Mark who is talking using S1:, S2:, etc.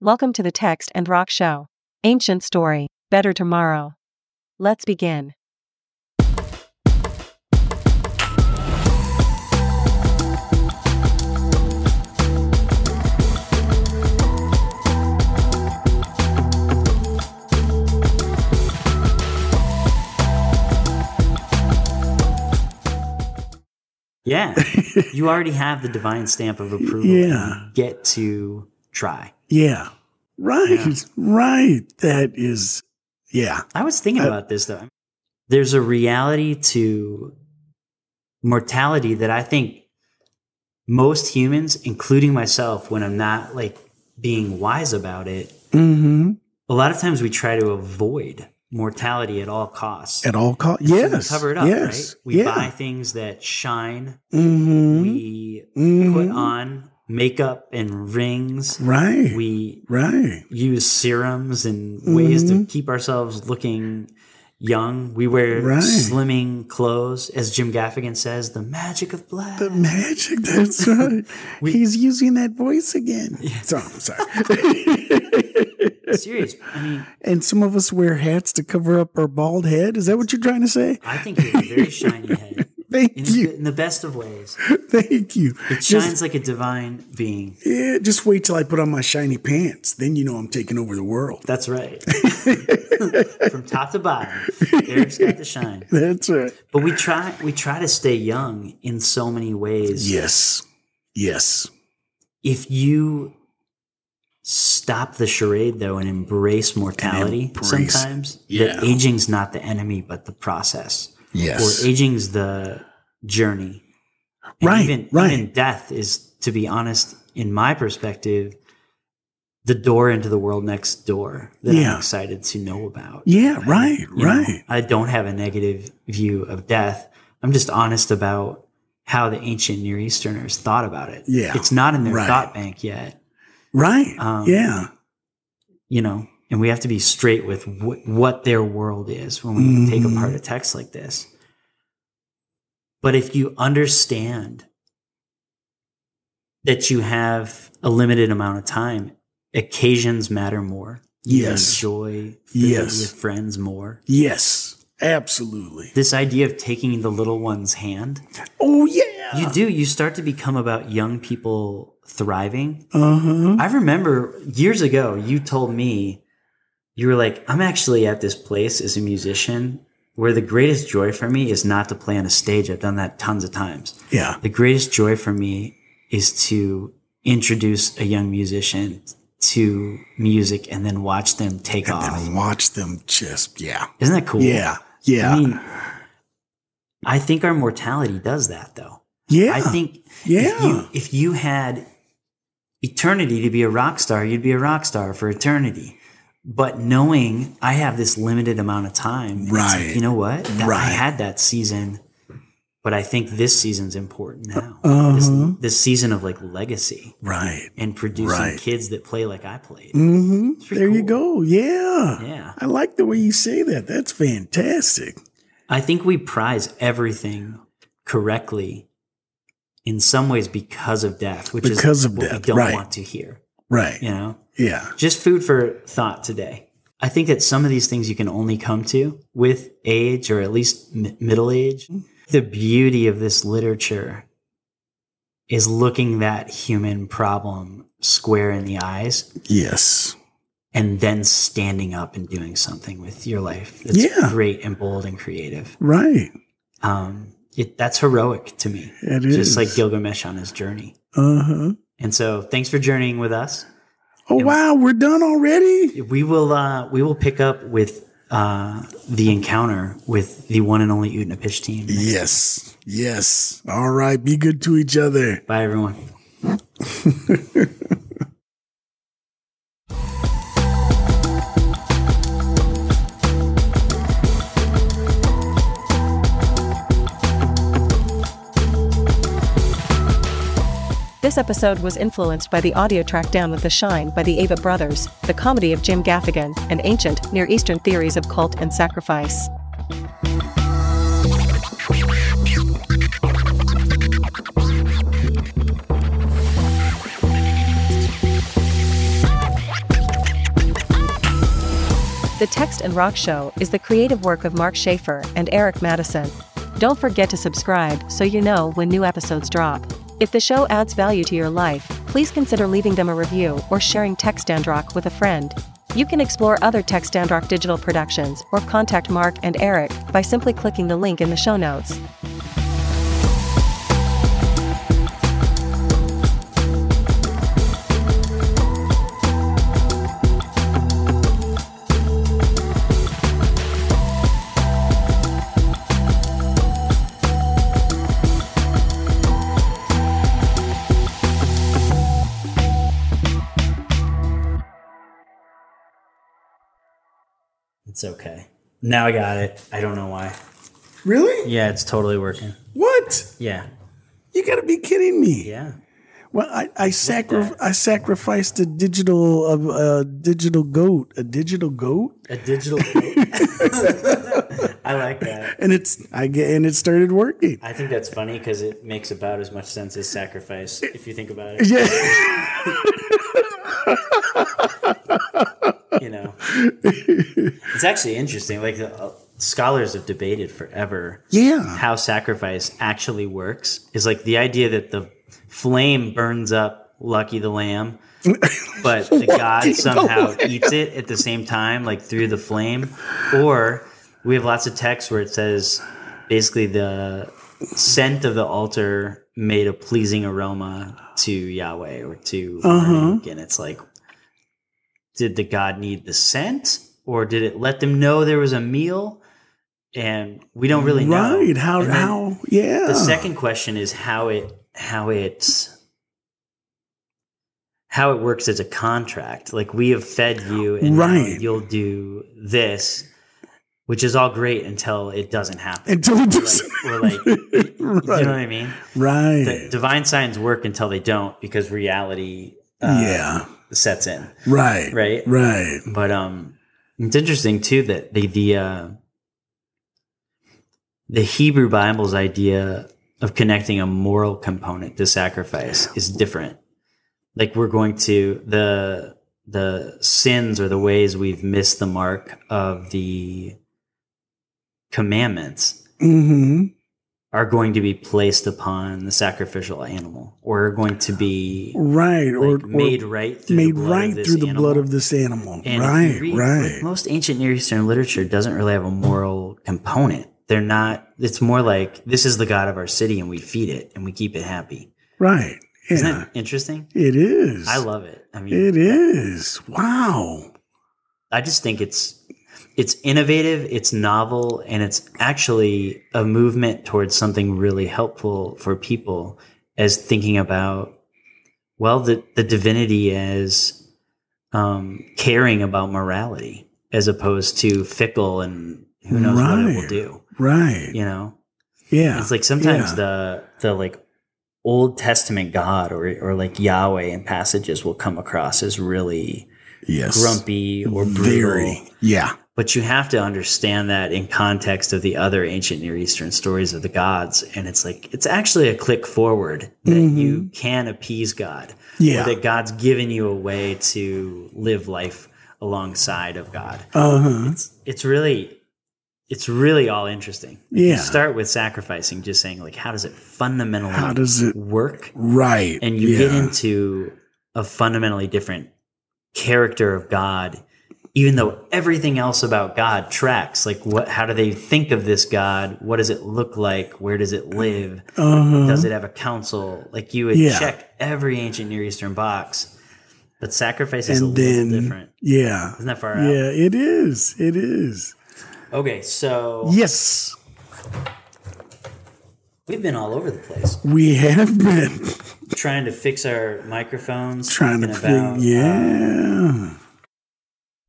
S1: Welcome to the Text and Rock Show. Ancient Story, Better Tomorrow. Let's begin.
S2: Yeah. you already have the divine stamp of approval.
S3: Yeah.
S2: You get to try.
S3: Yeah. Right.
S2: Yeah.
S3: Right. That is, yeah.
S2: I was thinking
S3: Uh,
S2: about this though. There's a reality to mortality that I think most humans, including myself, when I'm not like being wise about it,
S3: Mm-hmm.
S2: a lot of times we try to avoid mortality at all costs.
S3: At all costs.
S2: So
S3: Yes.
S2: We cover it up,
S3: yes.
S2: right? We
S3: yeah.
S2: buy things that shine.
S3: Mm-hmm.
S2: We
S3: Mhm.
S2: put on makeup and rings.
S3: Mm-hmm. Right.
S2: We
S3: right.
S2: use serums and ways to
S3: Mhm.
S2: keep ourselves looking young. We wear
S3: Right.
S2: slimming clothes, as Jim Gaffigan says, the magic of black.
S3: The magic. That's right.
S2: We-
S3: He's using that voice again. So I'm sorry.
S2: Serious. I mean,
S3: and some of us wear hats to cover up our bald head. Is that what you're trying to say?
S2: I think you have a very shiny head
S3: Thank
S2: in,
S3: you.
S2: the, in the best of ways.
S3: Thank you.
S2: It shines like a divine being.
S3: Yeah, just wait till I put on my shiny pants. Then you know I'm taking over the world.
S2: That's right. From top to bottom, Eric's got the shine.
S3: That's right.
S2: But we try we try to stay young in so many ways.
S3: Yes. Yes.
S2: if you stop the charade though and embrace mortality
S3: embrace-
S2: sometimes
S3: yeah.
S2: that aging's not the enemy but the process
S3: Yes.
S2: or aging's the journey And
S3: Right,
S2: even,
S3: right.
S2: even death is to be honest in my perspective the door into the world next door that i'm
S3: Yeah.
S2: excited to know about
S3: yeah,
S2: I-
S3: right,
S2: you know,
S3: right.
S2: I don't have a negative view of death. I'm just honest about how the ancient Near Easterners thought about it.
S3: Yeah.
S2: It's not in their
S3: Right.
S2: thought bank yet,
S3: Right.
S2: Um,
S3: yeah.
S2: you know, and we have to be straight with wh- what their world is when we take
S3: Mhm.
S2: apart a text like this. But if you understand that you have a limited amount of time, occasions matter more. You
S3: Yes.
S2: Enjoy food
S3: Yes.
S2: with friends more.
S3: Yes. Absolutely.
S2: this idea of taking the little one's hand
S3: Oh yeah.
S2: you do you start to become about young people thriving
S3: Uh-huh.
S2: i remember years ago you told me you were like i'm actually at this place as a musician where the greatest joy for me is not to play on a stage i've done that tons of times
S3: Yeah.
S2: the greatest joy for me is to introduce a young musician to music and then watch them take off
S3: And watch them just yeah.
S2: isn't that cool
S3: Uh-huh. Yeah. Yeah.
S2: i mean i think our mortality does that though
S3: yeah.
S2: I think if
S3: Yeah.
S2: you if you had eternity to be a rock star, you'd be a rock star for eternity. But knowing I have this limited amount of time, it's like,
S3: Right.
S2: you know what? That- I
S3: Right.
S2: had that season, but I think this season's important now. This,
S3: Uh-huh.
S2: this season of like legacy
S3: right.
S2: and producing
S3: Right.
S2: kids that play like I played.
S3: hmm
S2: pretty
S3: There you
S2: cool.
S3: go. Yeah.
S2: Yeah.
S3: I like the way you say that. That's fantastic.
S2: I think we prize everything correctly in some ways because of death, which
S3: Because
S2: is
S3: of
S2: what we
S3: death,
S2: don't
S3: right.
S2: want to hear.
S3: Right.
S2: You know?
S3: Yeah.
S2: just food for thought today. I think that some of these things you can only come to with age or at least m- middle age. The beauty of this literature is looking that human problem square in the eyes
S3: Yes.
S2: and then standing up and doing something with your life that's
S3: Yeah.
S2: great and bold and creative.
S3: Right.
S2: Um, it, that's heroic to me,
S3: It is.
S2: just like Gilgamesh on his journey.
S3: Uh-huh.
S2: And so, thanks for journeying with us.
S3: Oh wow, we're done already?
S2: We will uh, we will pick up with uh, the encounter with the one and only Utnapishtim. team.
S3: Yes. Yes. All right. Be good to each other.
S2: Bye everyone.
S1: This episode was influenced by the audio track Down with the Shine by the Ava Brothers, the comedy of Jim Gaffigan, and ancient Near Eastern theories of cult and sacrifice. The Text and Rock Show is the creative work of Mark Schaefer and Eric Madison. Don't forget to subscribe so you know when new episodes drop. If the show adds value to your life, please consider leaving them a review or sharing Text and Rock with a friend. You can explore other Text and Rock digital productions or contact Mark and Eric by simply clicking the link in the show notes.
S2: It's okay. Now I got it. I don't know why.
S3: Really?
S2: Yeah, it's totally working.
S3: What?
S2: Yeah.
S3: You gotta be kidding me.
S2: Yeah.
S3: Well, I I, sacri- I sacrificed a digital a, a digital goat, a digital goat,
S2: A digital. I like that.
S3: and it's I get and it started working.
S2: I think that's funny because it makes about as much sense as sacrifice if you think about it.
S3: Yeah,
S2: You know, it's actually interesting. Like uh, scholars have debated forever
S3: yeah,
S2: how sacrifice actually works. Is like the idea that the flame burns up Lucky the lamb, but the god somehow eats it at the same time, like through the flame. Or we have lots of texts where it says basically the scent of the altar made a pleasing aroma to Yahweh or to
S3: Uh-huh.
S2: Marduk. and it's like did the god need the scent or did it let them know there was a meal? And we don't really know.
S3: right. How
S2: And then
S3: how yeah.
S2: the second question is how it how it how it works as a contract. Like we have fed you, and now
S3: Right.
S2: you'll do this, which is all great until it doesn't happen.
S3: until it does
S2: like, or like, you know
S3: right,
S2: what I mean?
S3: right.
S2: The divine signs work until they don't because reality uh,
S3: yeah,
S2: sets in,
S3: right, right,
S2: right?
S3: right.
S2: But um, it's interesting too that the the uh, the Hebrew Bible's idea of connecting a moral component to sacrifice is different. Like we're going to the the sins or the ways we've missed the mark of the commandments
S3: Mm-hmm.
S2: are going to be placed upon the sacrificial animal or are going to be
S3: Right, or,
S2: like,
S3: or
S2: made right through
S3: made
S2: the blood
S3: right
S2: of this
S3: through the
S2: animal.
S3: blood of this animal.
S2: And if
S3: right,
S2: you read,
S3: right.
S2: like, most ancient Near Eastern literature doesn't really have a moral component. They're not. It's more like this is the god of our city, and we feed it and we keep it happy.
S3: Right.
S2: Isn't
S3: Yeah.
S2: that interesting?
S3: It is.
S2: I love it. I mean,
S3: it. Is wow.
S2: I just think it's it's innovative, it's novel, and it's actually a movement towards something really helpful for people as thinking about well the, the divinity as um, caring about morality as opposed to fickle and who knows what it will
S3: Right.
S2: do.
S3: Right.
S2: You know?
S3: Yeah.
S2: It's like sometimes
S3: Yeah.
S2: the the like Old Testament God or or like Yahweh in passages will come across as really
S3: yes.
S2: grumpy or brutal
S3: Very. Yeah.
S2: but you have to understand that in context of the other ancient Near Eastern stories of the gods. And it's like, it's actually a click forward that you can appease God,
S3: Mm-hmm. Yeah.
S2: that God's given you a way to live life alongside of God.
S3: Uh huh.
S2: It's, it's really, it's really all interesting. If
S3: Yeah.
S2: You start with sacrificing, just saying, like, how does it fundamentally
S3: How does it?
S2: work?
S3: Right.
S2: and you
S3: yeah.
S2: get into a fundamentally different character of God, even though everything else about God tracks. Like, what? How do they think of this God? What does it look like? Where does it live?
S3: Uh huh.
S2: Does it have a council? Like, you would
S3: Yeah.
S2: check every ancient Near Eastern box, but sacrifice is
S3: And
S2: a little
S3: then.
S2: different.
S3: Yeah.
S2: Isn't that far out?
S3: Yeah. It is. It is.
S2: Okay, so
S3: Yes.
S2: we've been all over the place
S3: We have been
S2: trying to fix our microphones,
S3: trying to
S2: talking
S3: figure.
S2: about
S3: Yeah.